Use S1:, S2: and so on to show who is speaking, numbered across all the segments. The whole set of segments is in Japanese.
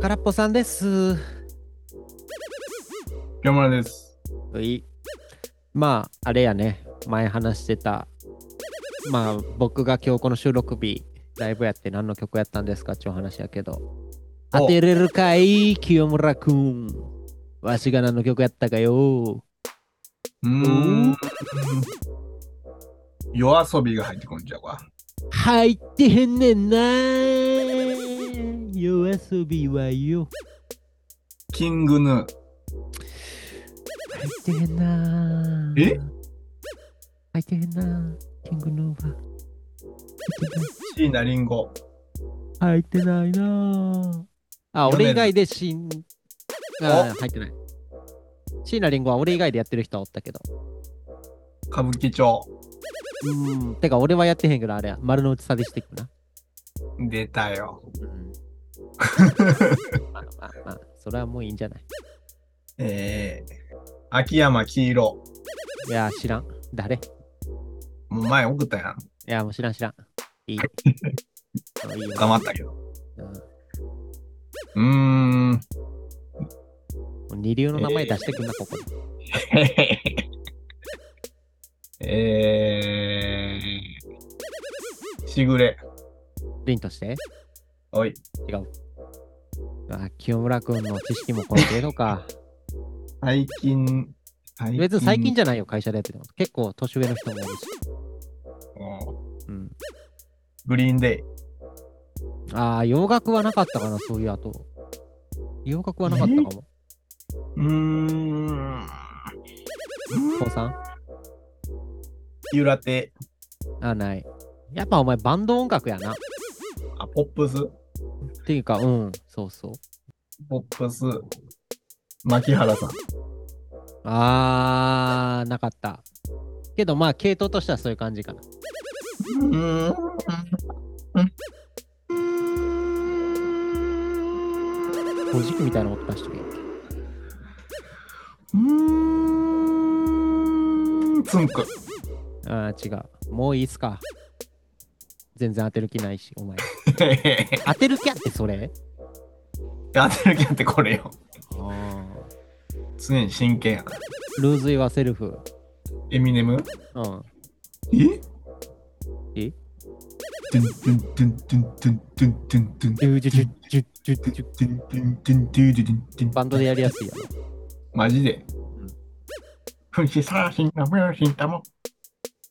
S1: 空っぽさんです。
S2: 山村です。
S1: はい。まあ、あれやね、前話してた、まあ、僕が今日この収録日、ライブやって何の曲やったんですかっていう話やけど、
S2: お
S1: 当てれるかい、清村くん。わしが何の曲やったかよ。
S2: うーん。夜遊びが入ってこんじゃうわ。
S1: 入ってへんねんな。夜遊びはよ。
S2: キングヌー。
S1: 入ってへんな。
S2: え
S1: 入ってへんな。キングヌーバー。
S2: 椎名林檎。
S1: 入ってないなぁ。あ、
S2: 読め
S1: 俺
S2: る
S1: 以外でしん。あ入ってない。椎名林檎は俺以外でやってる人はおったけど。
S2: 歌舞伎町。
S1: うん。てか俺はやってへんけど、あれや。丸の内サディスティックな。
S2: 出たよ。
S1: うん。まあまあまあ、それはもういいんじゃない。
S2: えー、秋山黄色。
S1: いや、知らん。誰い
S2: もう前送ったやん。
S1: や、もう知らん知らん。いい。あいいよ
S2: 捕まったけど。
S1: うんも
S2: うーん。
S1: う二流の名前出してくんな、ここで。
S2: えー、しぐれ。
S1: リンとして。
S2: おい。
S1: あ、清村君の知識もこの程度か。
S2: 最近。最
S1: 別に最近じゃないよ、会社でやってても。結構年上の人もいるし。
S2: うん
S1: うん。
S2: グリーンデイ。
S1: ああ、洋楽はなかったかな、そういう後。洋楽はなかったかも。
S2: うーん。
S1: 高三
S2: ゆらて。
S1: あ、ない。やっぱお前バンド音楽やな。っ
S2: あ、ポップス。
S1: ていうか、うん、そうそう。
S2: ポップス。牧原さん。
S1: あー、なかった。けどまあ、系統としてはそういう感じかな。
S2: うん。
S1: おじくみたいな音出してるやん
S2: うん。つんく。
S1: あー、違う。もういいっすか。全然当てる気ないし、お前。当てる気あってそれ
S2: 当てる気ってこれよ。
S1: あー。
S2: 常に真剣やな。
S1: ルーズ・イワ・セルフ。
S2: エミネム
S1: うん。
S2: え
S1: え
S2: てんてんてんてんてんてんてんてん
S1: ジュジュジュジュジュジュ
S2: てんてんてんてんてんてんてん
S1: バンドでやりやすいやろ。
S2: マジで。ふしさしんたもよしんたも。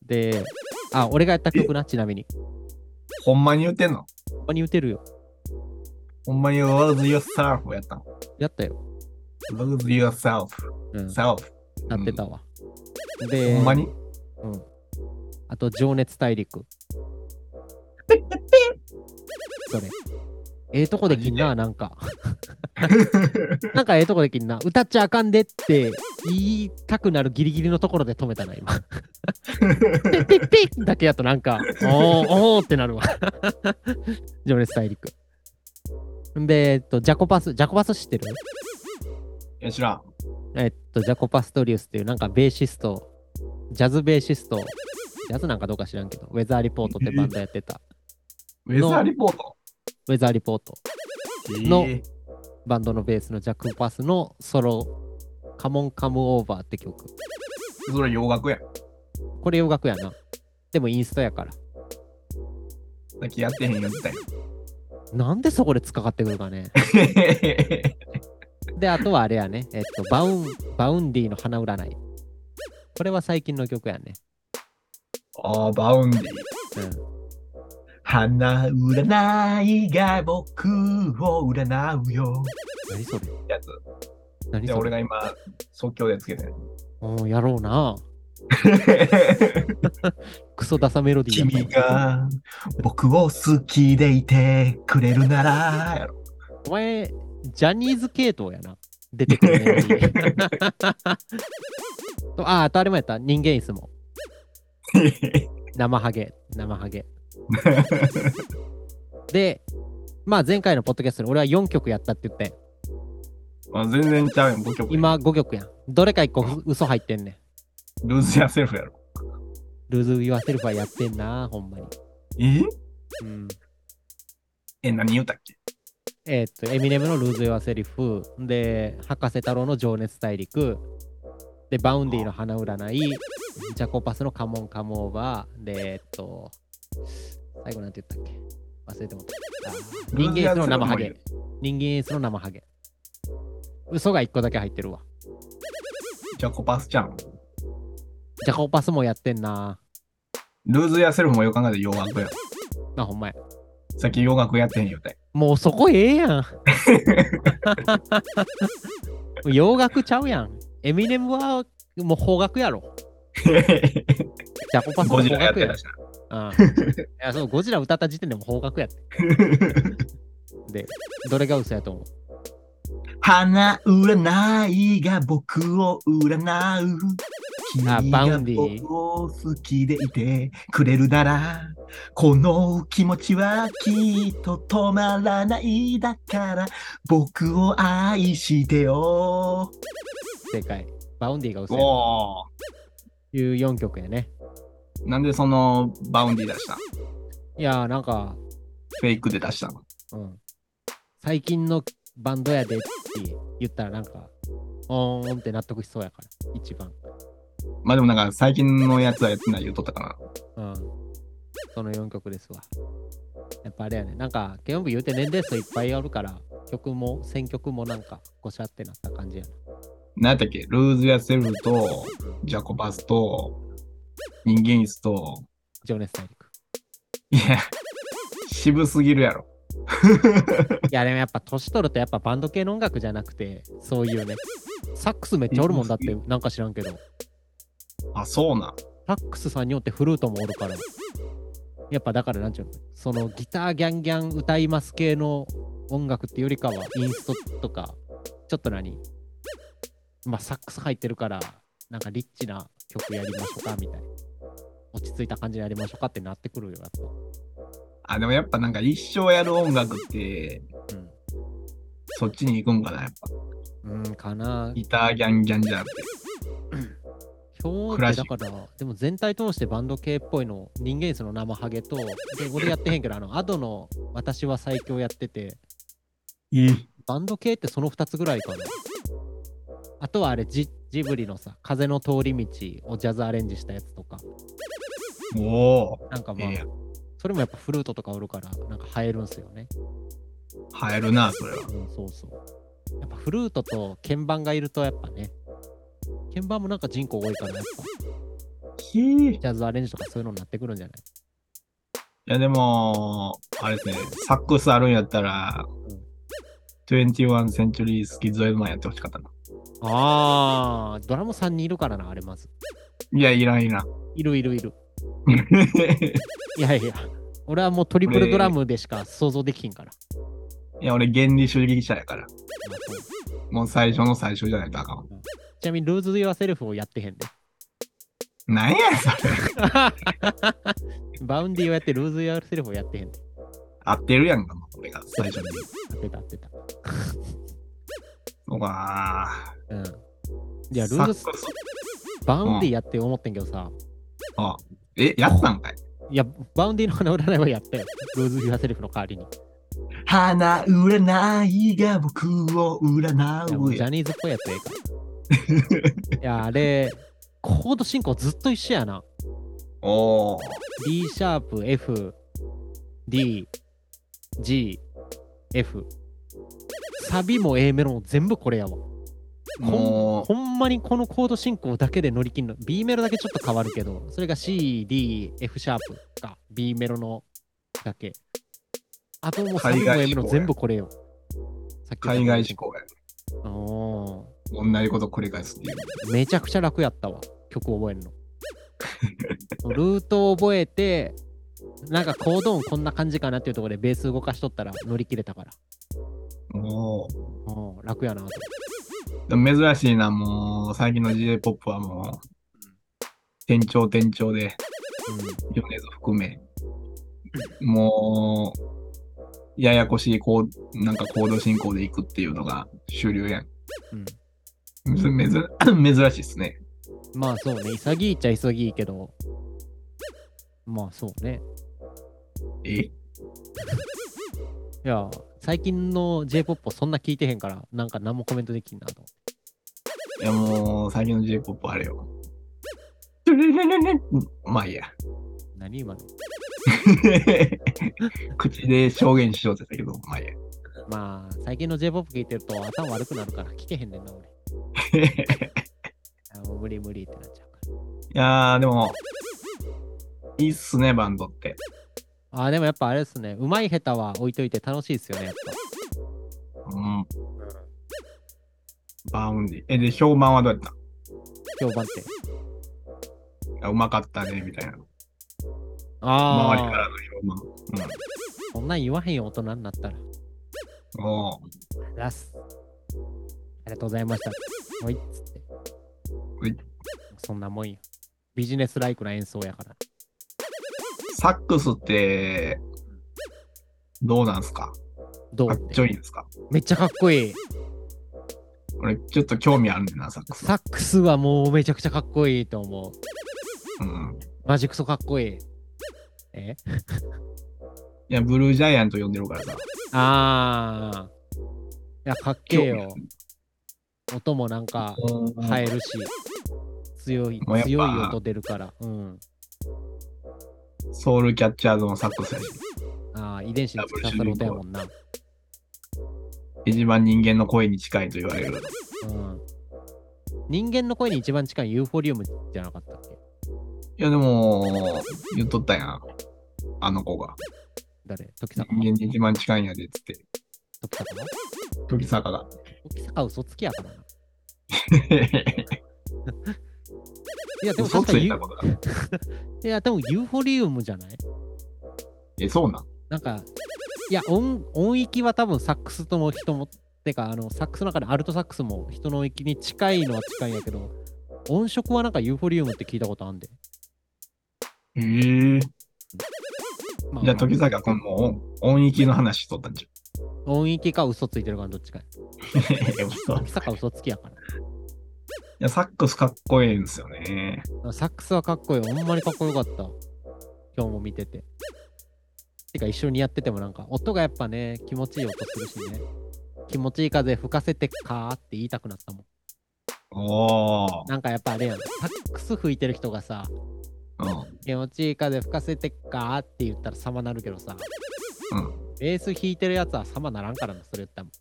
S1: で、あ、俺がやった曲な、ちなみに。
S2: ほんまに言ってんの
S1: ほんまに打てるよ。
S2: ほんまに lose yourself やったの。
S1: やったよ。
S2: lose yourself,
S1: うん。や
S2: self.
S1: ってたわ。で、
S2: ほんまに
S1: あと、情熱大陸。それ。ええとこできんな、なんか。なんかええとこできんな。歌っちゃあかんでって言いたくなるギリギリのところで止めたな、今。ピッピッピッだけやとなんか、おーおーってなるわ。情熱大陸。で、えっと、ジャコパス、ジャコパス知ってる
S2: いや知らん。
S1: えっと、ジャコ・パストリウスっていう、なんかベーシスト、ジャズベーシスト、ジャズなんかどうか知らんけど、ウェザーリポートってバンドやってた、
S2: ウェザーリポート
S1: ウェザーリポート、の
S2: え
S1: バンドのベースのジャコ・パスのソロ、カモン・カム・オーバーって曲。
S2: ーそれ洋楽や。
S1: これ洋楽やな。でもインストやから。
S2: さっきやってへんよ みたいな。
S1: なんでそこで突っかかってくるかね。
S2: え
S1: で、あとはあれやね、えっと、バウン、バウンディの花占い。これは最近の曲やね。
S2: あー、バウンディ。
S1: うん。
S2: 花占いが僕を占うよ。
S1: 何それ
S2: やつ。
S1: 何
S2: じゃあ
S1: そ
S2: 俺
S1: れ
S2: が今、即興で つけてる。
S1: うん、やろうな。クソダサメロディーやった
S2: 君が僕を好きでいてくれるならやろ。
S1: お前、ジャニーズ系統やな。出てくるメロディーとああ、当たり前やった。人間椅子も。生ハゲ。生ハゲ。で、まあ前回のポッドキャストで俺は4曲やったって言って、
S2: あ全然ちゃうやん、僕曲。
S1: 今5曲やん。どれか1個ふ嘘入ってんねん。
S2: ルーズやセルフやろ。
S1: ルーズ・ウィア・セルフはやってんな、ほんまに。
S2: え
S1: うん。
S2: え、何言うたっけ
S1: えーっと、エミネムのルーズ・ヨア・セリフ、で、博士太郎の情熱大陸、で、バウンディの花占い、ジャコパスのカモン・カモーバー、で、えーっと、最後なんて言ったっけ忘れてもらった。人間エースの生ハゲ。人間エースの生ハゲ。嘘が1個だけ入ってるわ。
S2: じゃあコパスちゃん。
S1: ジャコパスもやってんな。
S2: ルーズやセルフもよく考えて洋楽や。
S1: あ、ほんまや。
S2: さっき洋楽やってへんよって。
S1: もうそこええやん。もう洋楽ちゃうやん。エミネムはもう邦楽やろ。ジャコパスも
S2: ゴジ
S1: 邦
S2: ラや
S1: 楽
S2: って
S1: や
S2: たしな。
S1: うん、い やそうゴジラ歌った時点でも邦楽やって。 で、どれが嘘やと思う
S2: 花占いが僕を占う。君
S1: あバウ
S2: が
S1: ンディ
S2: 僕を好きでいてくれるなら、この気持ちはきっと止まらないだから、僕を愛してよ。
S1: 正解。バウンディが嘘やと
S2: おお。
S1: いう4曲やね。
S2: なんでそのバウンディ出したん
S1: いやーなんか、
S2: フェイクで出したの
S1: うん、最近のバンドやでって言ったらなんか、おーんって納得しそうやから、一番。
S2: まあでもなんか最近のやつはやってない言うとったかな。
S1: うん。その4曲ですわ。やっぱあれやね。なんか、ケヨン部言うて年齢層いっぱいあるから、曲も、選曲もなんか、ごしゃってなった感じやな。
S2: 何やったっけルーズやセルと、ジャコパスと、人間椅子と、
S1: 情熱大陸。
S2: いや、渋すぎるやろ。
S1: いや、でもやっぱ年取るとやっぱバンド系の音楽じゃなくて、そういうね、サックスめっちゃおるもんだって、なんか知らんけど、
S2: あ、そうなん。
S1: サックスさんによってフルートもおるから、やっぱだからなんちゅうの、そのギターギャンギャン歌います系の音楽ってよりかは、インストとか、ちょっと何まあサックス入ってるから、なんかリッチな曲やりましょうかみたいな。落ち着いた感じでやりましょうかってなってくるよ、やっ
S2: あ、でもやっぱなんか一生やる音楽って、
S1: ぱ。
S2: そっちに行くんかな、やっぱ。
S1: うん。うん、かな。
S2: ギターギャンギャンじゃなくて。
S1: 今
S2: ク
S1: 日
S2: ラ
S1: っ
S2: シ
S1: て
S2: ッ
S1: だから、でも全体通してバンド系っぽいの、人間その生ハゲと、で俺やってへんけど、あの、アドの私は最強やってて、
S2: いい。
S1: バンド系ってその2つぐらいかな。あとはあれジ、ジブリのさ、風の通り道をジャズアレンジしたやつとか、
S2: おお。
S1: なんかまあ、
S2: ええ
S1: それもやっぱフルートとかおるから、なんか映えるんすよね。
S2: 入るな、それは。
S1: うん、そうそう。やっぱフルートと鍵盤がいるとやっぱね、鍵盤もなんか人口多いから、やっぱ
S2: ひ
S1: ジ
S2: い
S1: ャズアレンジとかそういうのになってくるんじゃない
S2: や、でも、あれですね、サックスあるんやったら、21センチュリースキズエルマンやってほしかったな。
S1: あー、ドラム3人いるからな、あれまず。
S2: いや、いらんいらん。
S1: いるいるいる。いやいや、俺はもうトリプルドラムでしか想像できひんから。
S2: いや、俺原理主義者やから。
S1: まあそう
S2: もう最初の最初じゃないとあかんわ。
S1: ちなみに、ルーズ・ヨア・セルフをやってへんで。
S2: なんやそれ。
S1: バウンディをやって、ルーズ・ヨア・セルフをやってへんで。
S2: 合ってるやんか、もう俺が最初に。
S1: 当てた、当てた。
S2: そうか
S1: うん。
S2: ー
S1: いや、ル
S2: サ
S1: ー
S2: ッ
S1: ズ、
S2: クス。
S1: バウンディやって思ってんけどさ。
S2: え、やったんかい
S1: いや、バウンディの花占いはやったよ。ルーズ・ヨア・セルフの代わりに。
S2: 花占いが僕を
S1: いや
S2: 占
S1: もう
S2: う
S1: ジャ
S2: や。
S1: ニーズっぽいやつええから。いや、あれ、コード進行ずっと一緒やな。
S2: おー。
S1: D シャープ F D G F サビも A メロも全部これやわ
S2: も
S1: ほんまにこのコード進行だけで乗り切るの B メロだけちょっと変わるけどそれが CDF シャープか B メロのだけあともうサビも A メロ全部これよさっ
S2: う、
S1: き言った
S2: 海外志向や。
S1: お
S2: 同じこと繰り返すっていう。
S1: ーめちゃくちゃ楽やったわ曲覚えるのルートを覚えてなんかコード音こんな感じかなっていうところでベース動かしとったら乗り切れたから
S2: おー。
S1: うん楽やなと
S2: でも珍しいな、もう、最近の J-POP はもう、店長転調で、
S1: 思って、
S2: 米津含め、もう、ややこしいこう、なんかコード進行でいくっていうのが主流やん。
S1: うんうん、
S2: めずめず 珍しいっすね。
S1: まあそうね潔いっちゃ潔いけどまあそうね
S2: え
S1: いや最近の J-POP そんな聞いてへんから、なんか何もコメントできんなと。
S2: いやもう、最近の J-POP あれよ。 トゥルルルルルまあいいや。
S1: 何今の
S2: 口で証言しようって言ったけど、まあいいや。
S1: まあ、最近の J-POP 聞いてると頭悪くなるから聞けへんねんな、俺。あもう無理無理ってなっちゃうか
S2: いやー、でも、いいっすね、バンドって。
S1: ら。あーでもやっぱあれですね、うまい下手は置いといて楽しいですよね、やっぱ。
S2: うん。バウンディ。え、で、評判はどうやった
S1: 評判って。
S2: あうまかったね、みたいな。
S1: ああ、
S2: 周りからの評判。
S1: そんなん言わへんよ、大人になったら。
S2: うん。おー
S1: ラス。ありがとうございました。ほいっつって。
S2: ほい
S1: そんなもんよ。ビジネスライクな演奏やから。
S2: サックスって、どうなんすか
S1: どう
S2: か
S1: っ
S2: ってちょいいんですか
S1: めっちゃかっこいい。
S2: 俺、ちょっと興味あるんだよな、サックス。
S1: サックスはもうめちゃくちゃかっこいいと思う。
S2: うん。
S1: マジクソかっこいい。え
S2: いや、ブルージャイアント呼んでるからさ。
S1: ああ。いや、かっけえ
S2: 興味あ
S1: よ
S2: る。
S1: 音もなんか
S2: うん
S1: 映えるし、強い
S2: もうや、っぱ
S1: 強い音出るから。うん。
S2: ソウルキャッチャーズのサックスやし。
S1: ああ、遺伝子に突き刺さる音やもんな。
S2: 一番人間の声に近いと言われる。
S1: うん。人間の声に一番近いユーフォリウムじゃなかったっけ
S2: いやでも、言っとったやん。あの子が。
S1: 誰時
S2: 人
S1: 坂時
S2: 間に一番近いんやで、つって。
S1: 坂の
S2: 時坂 が。
S1: 時坂嘘つきやからな。いや、でも
S2: 嘘
S1: 確
S2: つ
S1: かに
S2: い
S1: ユ
S2: たことだ。
S1: いや、でもユーフォリウムじゃない
S2: え、そうなん
S1: なんか、いや音、音域は多分サックスとも人も、てか、あの、サックスの中でアルトサックスも人の音域に近いのは近いんやけど、音色はなんかユーフォリウムって聞いたことあんで。
S2: ええ
S1: ま
S2: じゃあ時坂君も音音域の話しとったんじ
S1: 音域か嘘ついてるかのどっちかや。
S2: ゃん。え 嘘い
S1: 時坂嘘つきやから。
S2: や、サックスかっこいいんですよね。
S1: サックスはかっこいい。ほんまにかっこよかった。今日も見てて。てか一緒にやっててもなんか、音がやっぱね、気持ちいい音するしね。気持ちいい風吹かせてかーって言いたくなったもん。
S2: おー。
S1: なんかやっぱあれやん。サックス吹いてる人がさ、
S2: うん。
S1: 気持ちいい風吹かせてかーって言ったら様なるけどさ、
S2: うん。
S1: ベース弾いてるやつは様ならんからな、それ言ったらもん。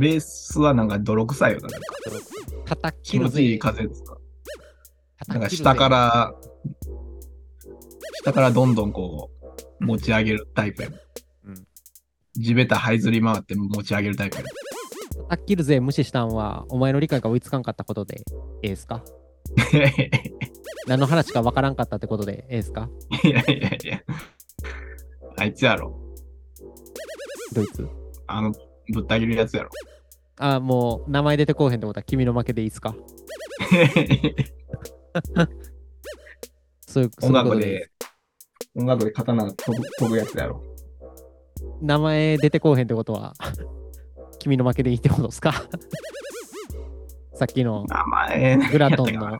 S2: ベースはなんか泥臭いよな。なんか
S1: 叩
S2: 気
S1: きる
S2: 持
S1: ぜ。
S2: ちいい風ですか。なん
S1: 叩
S2: か
S1: きるぜ
S2: 下か。ら、下からどんどんこう、持ち上げるタイプやもん。
S1: うん
S2: 地べた這いずり回って持ち上げるタイプやもん。
S1: 叩きるぜ、無視したんは、お前の理解が追いつかんかったことで、ええっすか 何の話かわからんかったってことで、ええっすか
S2: いやいやいや。あいつやろ。
S1: ドイツ
S2: あの、ぶった切るやつやろ。
S1: あ、もう、名前出てこうへんってことは、君の負けでいいっすかそういう、そうい
S2: 音
S1: うこ
S2: 楽
S1: とで
S2: で、音楽で刀飛ぶ飛ぶやつやろ。
S1: す。名前出てこうへんってことは、 君の負けでいいってことっすか さっきの
S2: 名前、
S1: グラトン の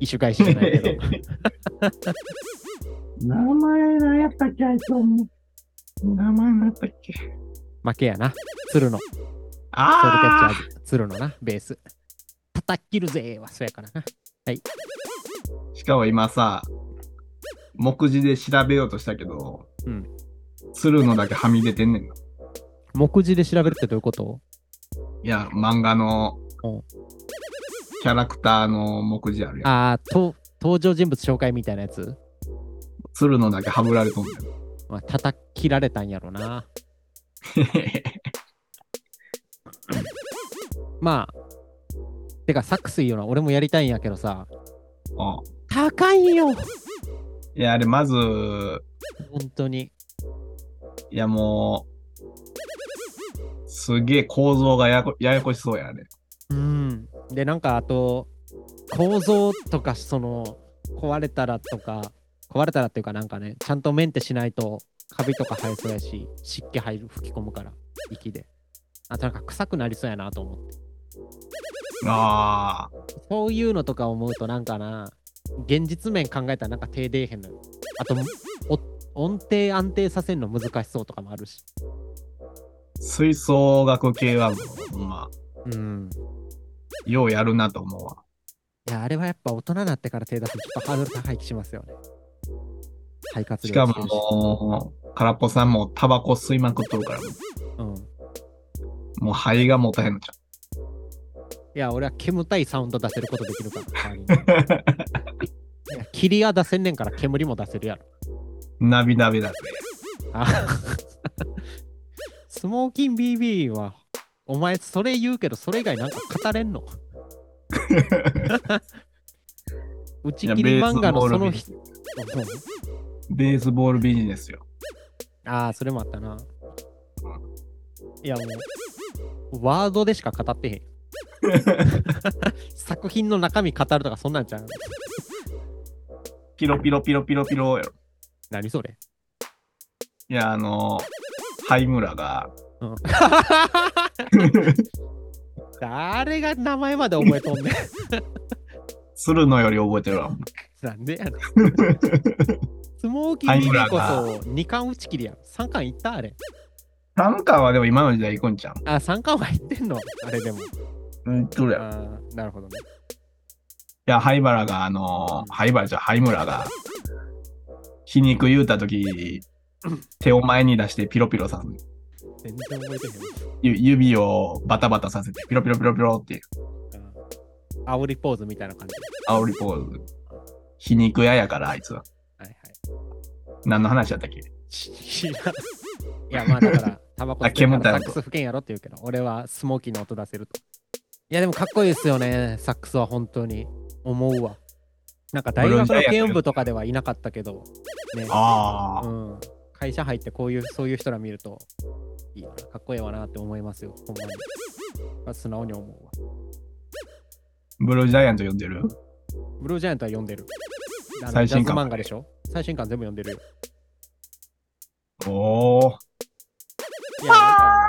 S1: 一種返しじゃないけど。
S2: 名前何やったっけあいつ思う。名前何やったっけ
S1: 負けやな。鶴の、ソウルキャッチャ
S2: ああ
S1: ーズ、鶴のな、ベース。叩き切るぜーは、そうやからな。
S2: しかも今さ、目次で調べようとしたけど、
S1: うん
S2: 鶴のだけはみ出てんねんな。
S1: 目次で調べるってどういうこと
S2: いや、漫画の
S1: うん
S2: キャラクターの目次あるやん。
S1: あーと、登場人物紹介みたいなやつ、
S2: 鶴のだけはぶられとんねん。
S1: まあ、叩き切られたんやろな。 まあ、てか、サックスいいよな。俺もやりたいんやけどさ、
S2: うん
S1: 高いよ
S2: いや、あれ、まず、
S1: 本当に。
S2: いや、もう、すげえ構造がややこややこしそうやね。
S1: うん。で、なんか、あと、構造とか、その、壊れたらとか、壊れたらっていうかなんかね、ちゃんとメンテしないと、カビとか生えそうやし、湿気入る、吹き込むから、息で。あとなんか臭くなりそうやなと思って。
S2: あ
S1: そういうのとか思うとなんかな、現実面考えたらなんか手出えへんのよ。あと、お音程安定させるの難しそうとかもあるし。
S2: あ、吹奏楽系はもう、ほんま
S1: うん。
S2: ようやるなと思うわ。
S1: いや、あれはやっぱ大人になってから手出すとちょっとハードル高い気しますよね。肺活量
S2: しか
S1: つける
S2: も、空っぽさんもタバコ吸いまくっとるから、
S1: うん。い
S2: もう肺がもたへんのちゃ
S1: や、俺は煙たいサウンド出せることできるから。代わり にいや霧は出せんねんから煙も出せるやろ。
S2: う。ナビナビだぜ。
S1: あスモーキン BB は、お前それ言うけど、それ以外なんか語れん の 打ち切り漫画のその人。
S2: ベースボールビジネスよ。
S1: ああ、それもあったな。いや、もう、ワードでしか語ってへん。作品の中身語るとか、そんなんじゃん。
S2: ピロピロピロピロピロよ。
S1: 何それ
S2: いや、あの、灰村が。
S1: うん 誰が名前まで覚えとんねん。
S2: 鶴のより覚えてるわ。
S1: なんでやねん。スモーキー
S2: タイ
S1: ビ
S2: ムラ
S1: ー
S2: グ
S1: こ
S2: が
S1: そ2巻打ち切りやん。3巻いったあれ。
S2: 短歌はでも今の時代行くんちゃう
S1: あ、3巻は入ってんのあれでも。
S2: うん、どれ
S1: あーなるほどね。
S2: いや、灰原が、あのー、灰原じゃ、灰村が、皮肉言うたとき、手を前に出してピロピロさせ
S1: 全然覚えてへ
S2: ゆ指をバタバタさせて、ピロピロピロピロっていう、
S1: んわ。あー煽りポーズみたいな感じ。
S2: 煽りポーズ。皮肉屋やから、あいつは。
S1: はいはい。
S2: 何の話やったっけ
S1: 知らんいやまあだからタバコ吸って
S2: 煙
S1: か
S2: たい
S1: らサ
S2: 音
S1: ックス吹けんやろって言うけど俺はスモーキーの音出せるといやでもかっこいいですよねサックスは本当に思うわなんか大学の軽音部とかではいなかったけどね
S2: あ
S1: う
S2: あ、
S1: ん会社入ってこういうそういう人ら見るといいなかっこいいわなって思いますよほんまにまあ素直に思うわ
S2: ブルージャイアント呼んでる
S1: ブルージャイアントは読んでるあの
S2: 最新
S1: ジャ
S2: 刊
S1: ズ
S2: ま
S1: 漫
S2: で
S1: 画でしょ最新刊全部読んでるよ
S2: おお。
S1: いやなんか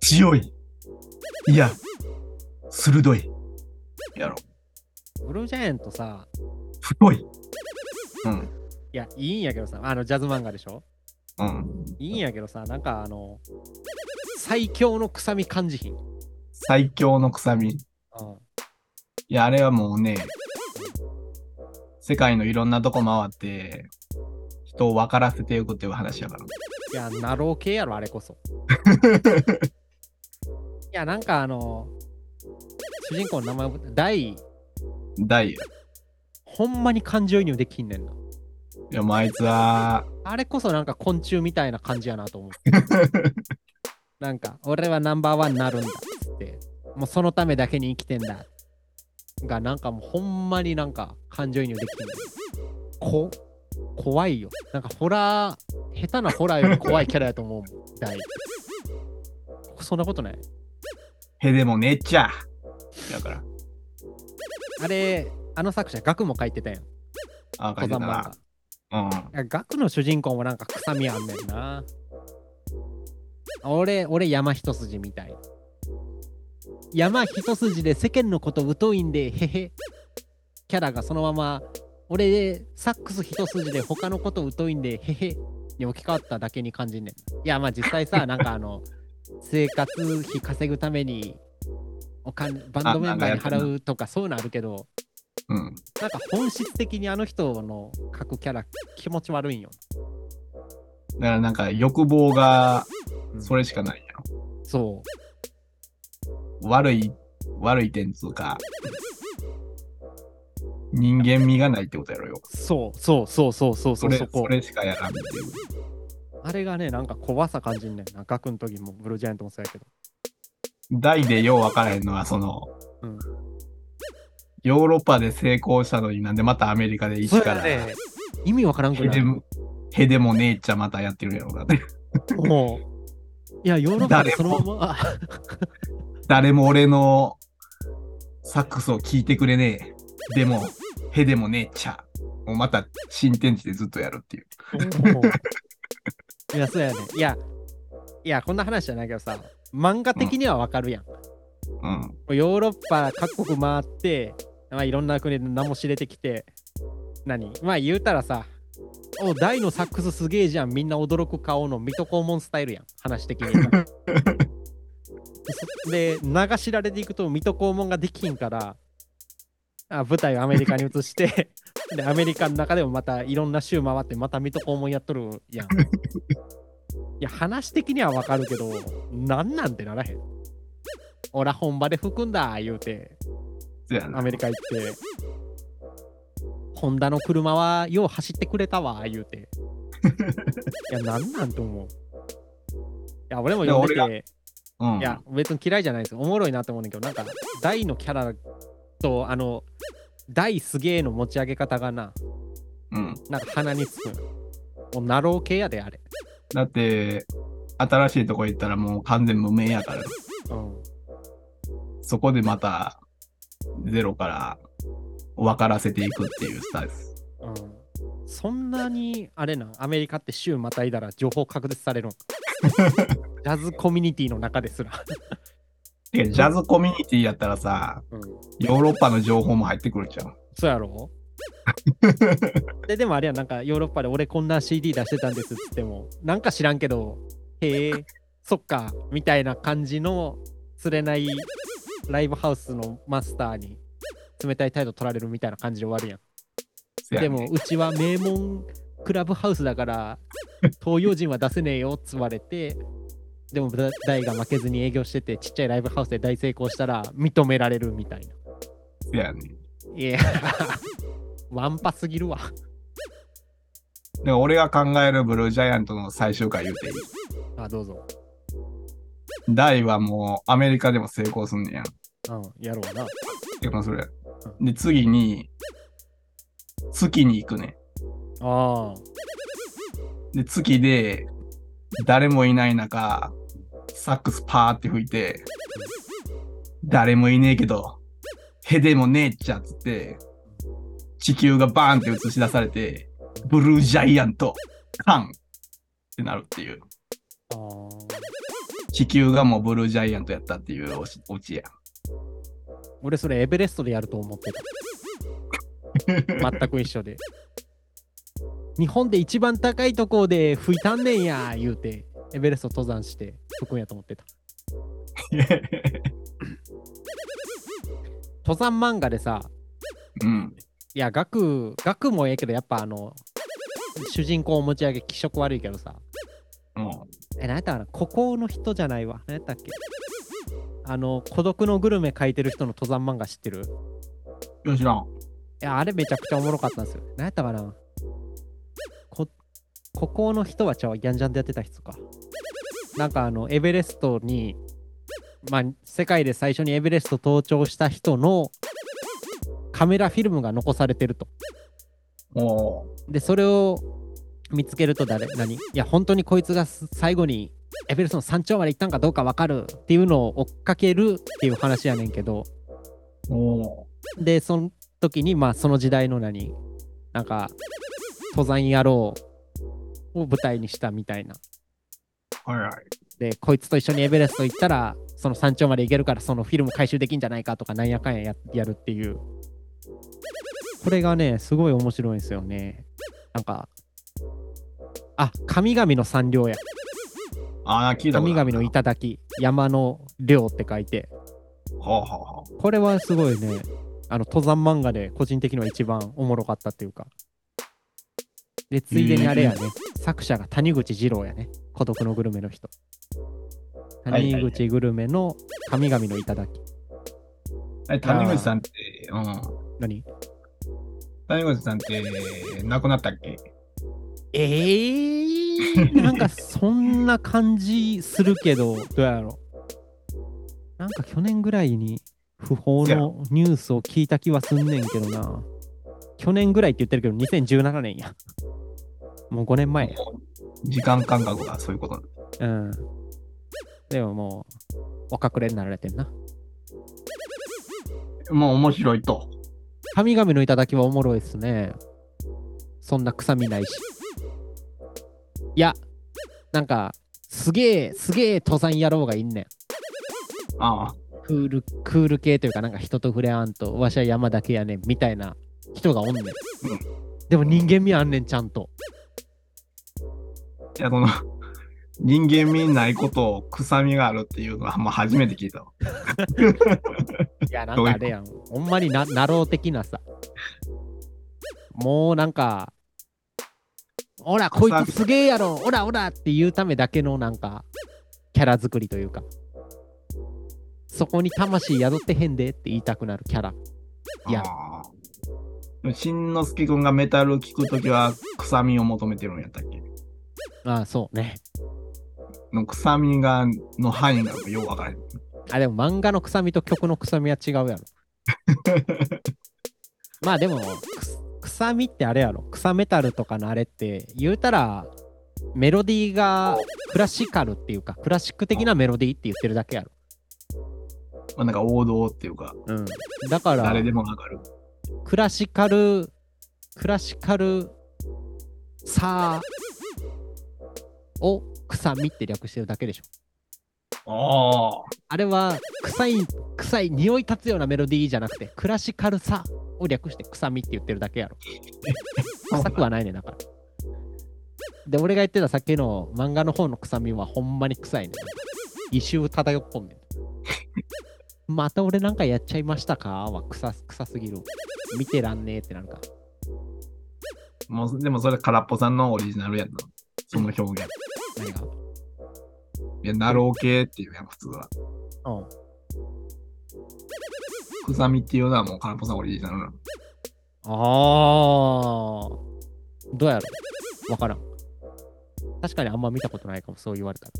S2: 強い。いや、鋭い。やろ。
S1: ブルージャイアントさ
S2: 太い。うん。
S1: いやいいんやけどさあのジャズ漫画でしょ
S2: うん。
S1: いいんやけどさ、なんかあの、最強の臭み感じひん。
S2: 最強の臭み。いや、あれはもうね、世界のいろんなとこ回って、人を分からせていくっていう話やから。
S1: いや、ナロー系やろ、あれこそ。いや、なんかあの、主人公の名前、大、
S2: 大や。
S1: ほんまに感情移入できんねんな。
S2: いや、もうあいつは、
S1: あれこそなんか昆虫みたいな感じやなと思う。なんか、俺はナンバーワンになるんだっつって、もうそのためだけに生きてんだ。が、なんかもうほんまになんか感情移入できんねん。こ、怖いよ。なんかホラー、下手なホラーより怖いキャラやと思うもん。大。そんなことない。
S2: へでもねっちゃ。だから、
S1: あれ、あの作者、ガクも書いてたやん。
S2: あ、書
S1: 登
S2: いてた
S1: 山漫
S2: な
S1: 画。。
S2: うん。
S1: いやガクの主人公もなんか臭みあんねんな。俺、俺山一筋みたい。山一筋で世間のこと疎いんで、へへ。キャラがそのまま、俺、サックス一筋で他のこと疎いんで、へへ。に置き換わっただけに感じんねん。いや、まあ実際さ、なんかあの、生活費稼ぐために、お金バンドメンバーに払うとか、そういうのあるけど、
S2: うん。
S1: なんか本質的にあの人の描くキャラ気持ち悪いんよ。
S2: だからなんか欲望が、そ
S1: れ
S2: れしかないやろ。
S1: そ
S2: 悪い、悪い点つうか、人間味がないってことやろよ。
S1: うそうそうそうそうそうそ
S2: そうれ、
S1: そこ
S2: それしかやらんっていう。
S1: あれがねなんか怖さ感じんねんなガクの時もブルージャイアントもそうやけど
S2: 大でよう分からへんのは、その、
S1: うん
S2: ヨーロッパで成功したのになんでまたアメリカで一から、
S1: そうやね意味わからんく
S2: へ
S1: な
S2: で
S1: い
S2: も、へでもねえちゃまたやってるやろうなって。
S1: もういやヨーロッパでそのままあ
S2: 誰も俺のサックスを聞いてくれねえ。でも、へでもねえちゃ。もうまた新天地でずっとやるってい う。
S1: もういやそうやねいやいやこんな話じゃないけどさ漫画的にはわかるやん
S2: うん。
S1: ヨーロッパ各国回って、まあ、いろんな国で名も知れてきて、何まあ言うたらさ、お大のサックスすげえじゃんみんな驚く顔の水戸黄門スタイルやん話的にそ で流しられていくと水戸黄門ができひんからあ舞台をアメリカに移してでアメリカの中でもまたいろんな州回ってまた水戸黄門やっとるやんいや話的にはわかるけどなんなんてならへん俺は本場で吹くんだ言うて
S2: そうやな
S1: アメリカ行って、ホンダの車はよう走ってくれたわ、言うて。いや、なんなんと思う。いや、俺も読んで
S2: いや
S1: て、
S2: うん
S1: いや、別に嫌いじゃないですよ。おもろいなと思うんだけど、なんか、大のキャラと、あの、大すげえの持ち上げ方がな、
S2: うん、
S1: なんか鼻につく。もう、ナロー系やで、あれ。
S2: だって新しいとこ行ったらもう完全無名やから
S1: うん。
S2: そこでまたゼロから分からせていくっていうスタイルです
S1: うん。そんなに、あれな、アメリカって州またいだら情報確絶され るんジャズコミュニティの中ですら。
S2: てかジャズコミュニティやったらさ
S1: うん
S2: ヨーロッパの情報も入ってくるじゃん
S1: そうやろででもあれやなんかヨーロッパで俺こんな CD 出してたんですっつってもなんか知らんけどへえそっかみたいな感じの釣れないライブハウスのマスターに冷たい態度取られるみたいな感じで終わるやん
S2: せや
S1: で
S2: ね
S1: もうちは名門クラブハウスだから東洋人は出せねえよっつわれてでもだ大が負けずに営業しててちっちゃいライブハウスで大成功したら認められるみたいな
S2: せやね
S1: いや、ワンパすぎるわ。
S2: で俺が考えるブルージャイアントの最終回言うていい
S1: あ、どうぞ。
S2: ダイはもうアメリカでも成功すんねやん。
S1: うん、やろうな。
S2: 結婚する。で、次に、月に行くね
S1: ああ、
S2: ん。で、月で、誰もいない中、サックスパーって吹いて、誰もいねえけど、へでもねえっちゃっつって、地球がバーンって映し出されて、ブルージャイアント、カンってなるっていう。
S1: あー
S2: 地球がもうブルージャイアントやったっていうオチオチや。
S1: 俺それエベレストでやると思ってた。全く一緒で。日本で一番高いとこで吹いたんねんや言うて、エベレスト登山して、そこやと思ってた。登山漫画でさ、
S2: うん。
S1: いや、学、学もええけど、やっぱあの、主人公を持ち上げ、気色悪いけどさ、
S2: も
S1: え、何やったかな孤高の人じゃないわ。何やったっけあの、孤独のグルメ書いてる人の登山漫画知ってる
S2: う、よしらん。
S1: いや、あれめちゃくちゃおもろかったんですよ。何やったかなこ、孤高の人はちゃう、ギャンジャンでやってた人か。なんかあの、エベレストに、まあ、世界で最初にエベレスト登頂した人のカメラフィルムが残されてると。
S2: おー
S1: で、それを見つけると誰、何いや、本当にこいつがす最後にエベレストの山頂まで行ったんかどうか分かるっていうのを追っかけるっていう話やねんけど、
S2: お
S1: で、その時に、まあ、その時代の何、なんか、登山野郎を舞台にしたみたいな。
S2: ーはいはい。
S1: で、こいつと一緒にエベレスト行ったら、その山頂まで行けるから、そのフィルム回収できんじゃないかとか、なんやかんやややるっていう。これがね、すごい面白いんですよね。なんか、あ、神々の山稜や。
S2: ああ、聞いたこと
S1: 神
S2: ある
S1: 々の頂き、山の稜って書いて。
S2: はあはあはあ
S1: これはすごいね、あの登山漫画で個人的には一番おもろかったっていうか。で、ついでにあれやね、作者が谷口二郎やね、孤独のグルメの人。
S2: いはいはい
S1: 谷口グルメの神々の頂き。
S2: え谷口さんって、うん。
S1: 何
S2: 谷口さんって、亡くなったっけ
S1: えー、 なんかそんな感じするけど、どうやろなんか去年ぐらいに不法のニュースを聞いた気はすんねんけどな。去年ぐらいって言ってるけど、2017年や。 もう5年前や。
S2: 時間感覚がそういうことなんだ
S1: うん。でももう、お隠れになられてんな。
S2: もう面白いと。
S1: 神々の頂きはおもろいっすね。そんな臭みないし。いや、なんか、すげえ、すげえ登山野郎がいんねん。
S2: ああ、
S1: クール、クール系というか、なんか人と触れ合わんと、わしは山だけやねん、みたいな人がおんねん。でも人間味あんねん、ちゃんと。
S2: いや、その、人間味ないことを臭みがあるっていうのは、まあ、初めて聞いたわ。
S1: いや、なんかあれやん。ほんまにな、なろう的なさ。もうなんか、ほら、こいつすげえやろ、ほらほらっていうためだけのなんか、キャラ作りというか、そこに魂宿ってへんでって言いたくなるキャラ。いや
S2: あー。でもしんのすけくんがメタル聞くときは、臭みを求めてるんやったっけ
S1: ああ、そうね。
S2: の臭みが、の範囲がようわからへん。
S1: あ、でも漫画の臭みと曲の臭みは違うや ろ。まあでも、くす臭みってあれやろ。草メタルとかのあれって、言うたら、メロディーがクラシカルっていうか、クラシック的なメロディーって言ってるだけやろ。
S2: まあ、なんか王道っていうか、
S1: うん。だから、
S2: 誰でもわかる。
S1: クラシカル、クラシカル、さあ、を臭みって略してるだけでしょ。
S2: ああ。
S1: あれは、臭い、臭い、匂い立つようなメロディーじゃなくて、クラシカルさを略して臭みって言ってるだけや ろ。臭くはないね、だから。で、俺が言ってたさっきの漫画の方の臭みはほんまに臭いね。異臭漂っこんねん。また俺なんかやっちゃいましたかは臭す臭すぎる。見てらんねえってなんか。
S2: もう、でもそれ空っぽさんのオリジナルやんな。その表現。
S1: 何が
S2: いや、なろう系っていうやん、普通は。
S1: うん。
S2: 臭みっていうのはもう空っぽさんオリジナルなの。
S1: ああ。どうやろわからん。確かにあんま見たことないかも、そう言われたら。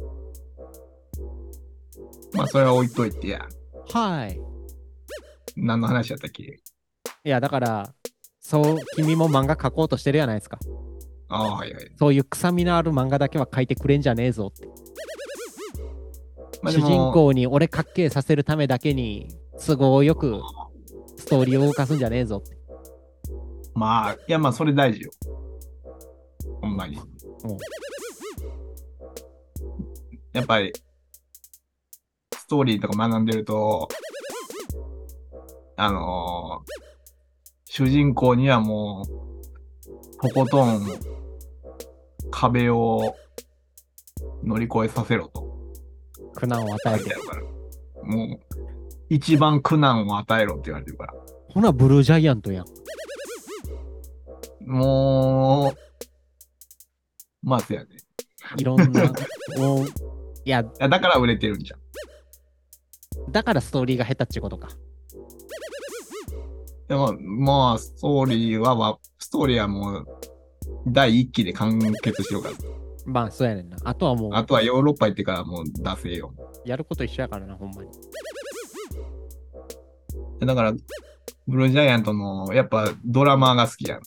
S2: まあ、それは置いといてや。
S1: はい。
S2: 何の話やったっけ
S1: いや、だから、そう、君も漫画描こうとしてるやないですか。
S2: ああ、はいはい。
S1: そういう臭みのある漫画だけは描いてくれんじゃねえぞって。
S2: まあ、
S1: 主
S2: でも
S1: 人公に俺かっけえさせるためだけに、都合よくストーリーを動かすんじゃねえぞって。
S2: まあ、いや、まあ、それ大事よ。ほんまに。やっぱり、ストーリーとか学んでると、あのー主人公にはもう、とことん、壁を乗り越えさせろと。
S1: 苦難を与
S2: 書
S1: え
S2: いて
S1: て
S2: あ。るから。もう、一番苦難を与えろって言われてるから。
S1: ほな、ブルージャイアントやん。
S2: もう、まあ、せやね。
S1: いろんな。 もう、いや、
S2: いやだから売れてるんじゃん。い
S1: だからストーリーが下手っちゅうことか。
S2: やまあ、まあ、ストーリーはわ、ストーリーはもう、第一期で完結しようから。
S1: まあ、そうやねんな。あとはもう、
S2: あとはヨーロッパ行ってからもう出せよ。
S1: やること一緒やからな、ほんまに。
S2: だから、ブルージャイアントの、やっぱドラマが好きやん。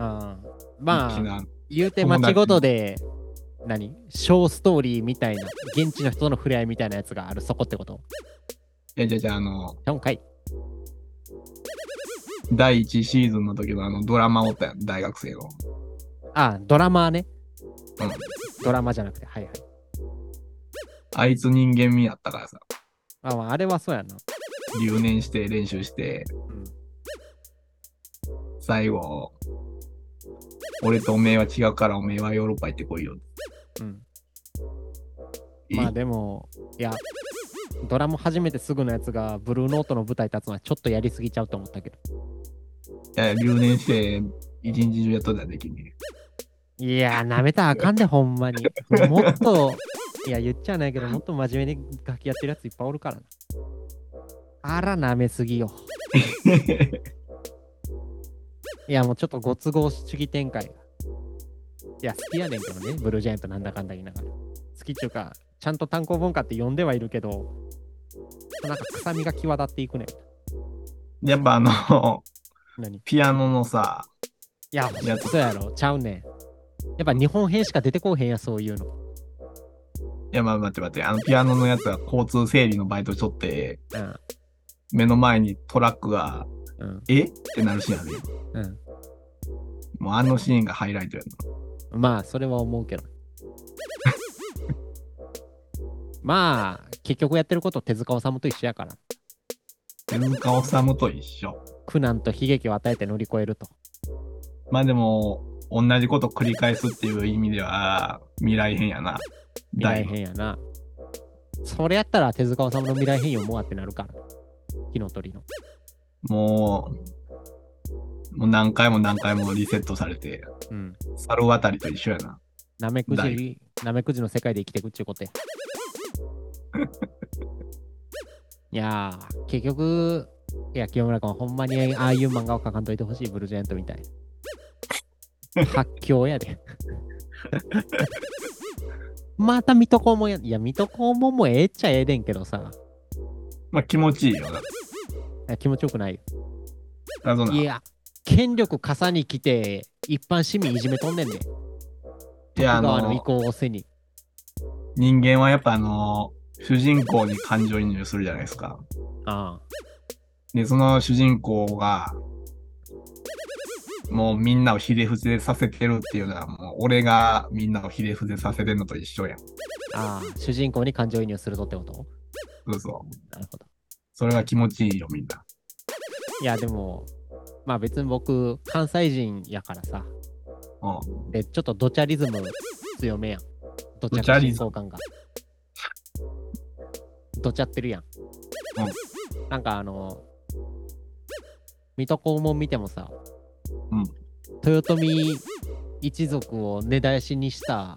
S1: ああま
S2: 好き
S1: あ、
S2: な
S1: 言うて街ごとで、何小ストーリーみたいな、現地の人との触れ合いみたいなやつがある、そこってこと
S2: いや、じゃあじゃあ、あの、
S1: ちゃうんかい。
S2: 第一シーズンの時のあのドラマおったやん、大学生の。
S1: ああドラマーね。
S2: うん。
S1: ドラマじゃなくて、はいはい。
S2: あいつ人間味やったからさ、
S1: あまあ、あれはそうやな。
S2: 留年して練習して、
S1: うん。
S2: 最後、俺とおめえは違うからおめえはヨーロッパ行ってこいよ。
S1: うん、まあ、でも、いや、ドラム初めてすぐのやつが、ブルーノートの舞台立つのはちょっとやりすぎちゃうと思ったけど。
S2: いや、留年して、一日中やっとったらできんね
S1: いやー、なめたらあかんで、ほんまに。もっと、いや、言っちゃないけど、もっと真面目に楽器やってるやついっぱいおるからな。あら、なめすぎよ。いや、もうちょっとご都合主義展開が。いや、好きやねんけどね、ブルージャイアントなんだかんだ言いながら。好きっていうか、ちゃんと単行本化って読んではいるけど、なんか臭みが際立っていくねん。
S2: やっぱあの、
S1: 何い
S2: ピアノのさ、
S1: や、
S2: やっ
S1: そうやろ、ちゃうねん。やっぱ日本編しか出てこうへんや、そういうの。
S2: いや、まあ待って待って、あのピアノのやつは交通整理のバイトしとって、
S1: うん。
S2: 目の前にトラックが、
S1: うん。
S2: えってなるシーンあるよ。
S1: うん。
S2: もうあのシーンがハイライトや
S1: まあ、それは思うけど。 まあ、結局やってること手塚治虫と一緒やから。
S2: な。手塚治虫と一緒。
S1: 苦難と悲劇を与えて乗り越えると。
S2: まあでも、同じこと繰り返すっていう意味では、あー未来編やな。
S1: 未
S2: だい
S1: 来
S2: ぶ
S1: 編やな。それやったら手塚治虫の未来編読もうわってなるから。火の鳥の。
S2: もう、もう何回も何回もリセットされて、
S1: うん。
S2: 猿渡りと一緒やな。
S1: なめく
S2: だ
S1: じ、なめくじの世界で生きてくっちゅう ことや。いやー、結局、いや、清村君、ほんまにああいう漫画を描かんといてほしい、ブルージェイアントみたい。発狂やで。 また水戸黄門や。いや、水戸黄門もええっちゃええでんけどさ。
S2: まあ気持ちいいよな。
S1: いや気持ちよくないよ。
S2: 謎ない
S1: や、権力傘に来て、一般市民いじめとんねんで。
S2: いや、あ
S1: 徳川の意
S2: の、
S1: 向を背に。
S2: 人間はやっぱあの、主人公に感情移入するじゃないですか。
S1: あ
S2: で、その主人公が、もうみんなをひれ伏せさせてるっていうのは、もう俺がみんなをひれ伏せさせてんのと一緒やん。
S1: あ、ああ、主人公に感情移入するぞってこと
S2: そうそう。
S1: なるほど。
S2: それが気持ちいいよ、みんな。
S1: いや、でも、まあ別に僕、関西人やからさ。
S2: うん。
S1: で、ちょっとドチャリズム強めやん。ドチ
S2: ドチャ
S1: ャ
S2: リ
S1: リ
S2: ズム
S1: 相関が。ドチャってるやん。なんかあの、水戸黄門見てもさ、
S2: うん
S1: 豊臣一族を根絶やしにした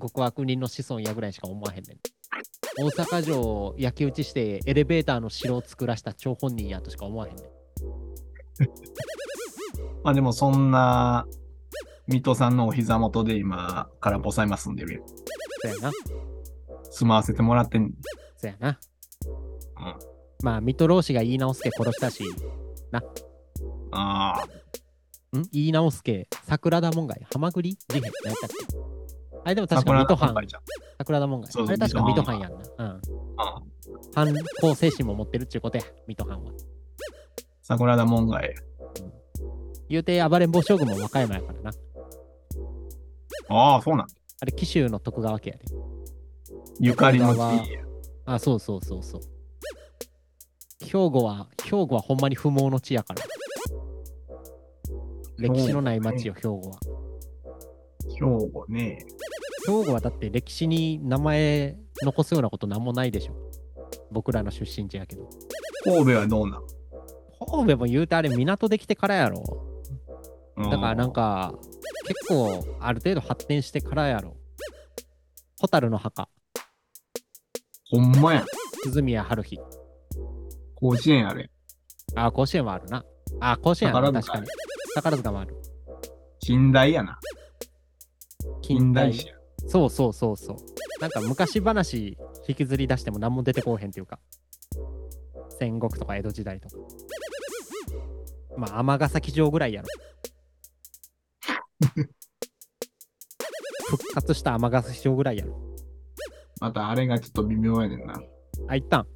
S1: 極悪人の子孫やぐらいしか思わへんねん。大阪城を焼き討ちしてエレベーターの城を作らした張本人やとしか思わへんねん。
S2: まあでもそんな、水戸さんのお膝元で今、空っぽさん今住んでるやん。
S1: そやな。
S2: 住まわせてもらってんねん。
S1: そやな。
S2: うん
S1: まあ、水戸老子が言い直すけ殺したし、
S2: ああ、
S1: ん言い直すけ、桜田門外、ハマグリ事変何やったっけあれでも確か水戸藩
S2: 桜、田
S1: 桜田門外。
S2: そうそ
S1: あ
S2: う
S1: れ確か水
S2: 水
S1: 戸
S2: 戸
S1: 藩
S2: 藩
S1: やんな。うん。
S2: 門外。うん
S1: 反抗精神も持ってるっちゅうことや、水戸藩は。
S2: 桜田門外。
S1: 言うて、暴れん坊将軍も和歌山やからな。
S2: ああ、そうなん。
S1: あれ、紀州の徳川家やで。
S2: ゆかりの
S1: 桜
S2: 地。
S1: あ、そうそうそうそう。兵庫は、兵庫はほんまに不毛の地やから。歴史のない町よ、兵庫は。
S2: 兵庫ね。
S1: 兵庫はだって歴史に名前残すようなことなんもないでしょ。僕らの出身地やけど。
S2: 神戸はどうなん
S1: 神戸も言うてあれ港できてからやろ。
S2: う
S1: だからなん。か結構ある程度発展してからやろ。ホタルの墓、
S2: ほんまやん。
S1: 鈴宮春日。
S2: 甲子園あれ。
S1: ああ、甲子園はあるな。ああ、甲子園あるな
S2: 宝
S1: 確
S2: 塚
S1: かに。宝塚もある。
S2: 近代やな。
S1: 近代
S2: 史や。
S1: そうそうそうそう。なんか昔話引きずり出しても何も出てこうへんっていうか。戦国とか江戸時代とか。まあ、尼崎城ぐらい やろ。復活した尼崎城ぐらいやろ。
S2: またあれがちょっと微妙やねんな。
S1: あ、いったん。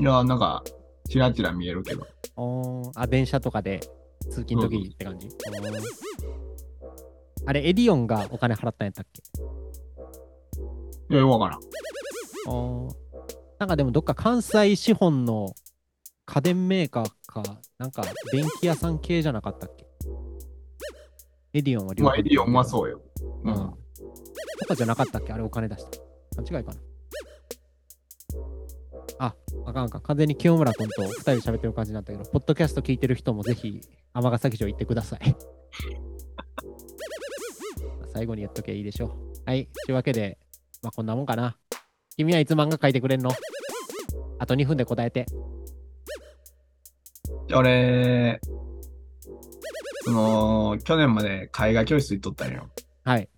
S2: いや、なんか、ちらちら見えるけど。
S1: おーあ、電車とかで通勤
S2: そうそう
S1: 時って感じ。おーあれ、エディオンがお金払ったんやったっけ
S2: いや、よくわからん。
S1: おーなんかでもどっか関西資本の家電メーカーか、なんか電気屋さん系じゃなかったっけエディオンは
S2: まあ、エディオンうま
S1: う。
S2: そうよ。
S1: う。
S2: うんん。
S1: とかじゃなかったっけあれお金出した。間違いかな。あ、あかんあかん。完全に清村君と2人で喋ってる感じになったけど、ポッドキャスト聞いてる人もぜひ、尼崎城行ってください。 最後に言っときゃいいでしょう。はい。というわけで、まあこんなもんかな。君はいつ漫画描いてくれんのあと2分で答えて。
S2: で俺、その、去年まで絵画教室行っとったんよ。
S1: はい。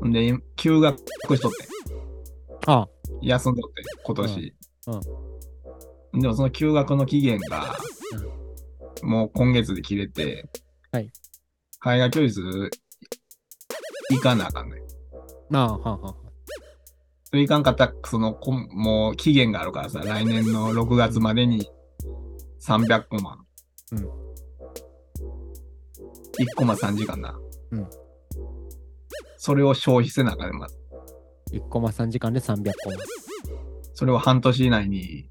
S2: ほんで、休学しとって。
S1: あ
S2: 休んどって、今年。
S1: うん
S2: でも、その休学の期限が、もう今月で切れて、
S1: はい
S2: 絵画教室行かなあかんね
S1: あ、ああ、はあ、は
S2: それいかんかったら、その、こんもう期限があるからさ、来年の6月までに300コマ。
S1: うん
S2: 1コマ3時間な。
S1: うん
S2: それを消費せなあかんねまず。
S1: あ。1コマ3時間で300コマ。
S2: それを半年以内に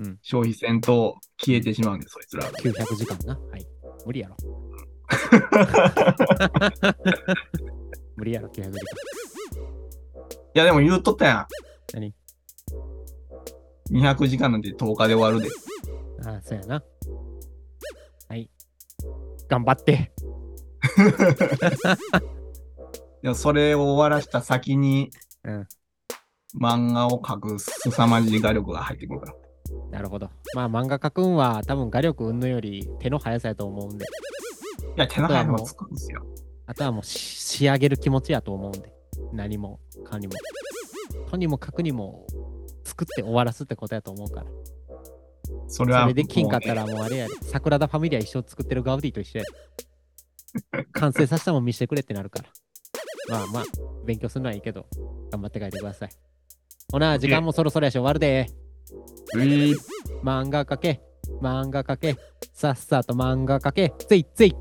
S1: うん
S2: 消費せんと消えてしまうんです、そいつらが。
S1: 900時間な。はい。無理やろ。無理やろ、気無理か。
S2: いや、でも言うとったやん。
S1: 何
S2: ?200 時間なんて10日で終わるで。
S1: ああ、そうやな。はい。頑張って。
S2: でもそれを終わらした先に、
S1: うん
S2: 漫画を描く凄まじい画力が入ってくるから。
S1: なるほど。まあ、漫画家くんは多分画力云々より手の速さやと思うんで、
S2: いや、手の配もつくんですよ。
S1: あとはもうし仕上げる気持ちやと思うんで、何も、かにも。とにもかくにも作って終わらすってことやと思うから。
S2: それ
S1: そ
S2: はも
S1: れ
S2: う
S1: で
S2: ね、
S1: きんかったらもうあれやで、桜田ファミリア一生作ってるガウディと一緒やで。完成させたもん見せてくれってなるから。まあまあ、勉強するのはいいけど、頑張って書いてください。ほな、時間もそろそろやし終わるで。
S2: うい
S1: 漫画描け、漫画描け、さっさと漫画描け、ついつい。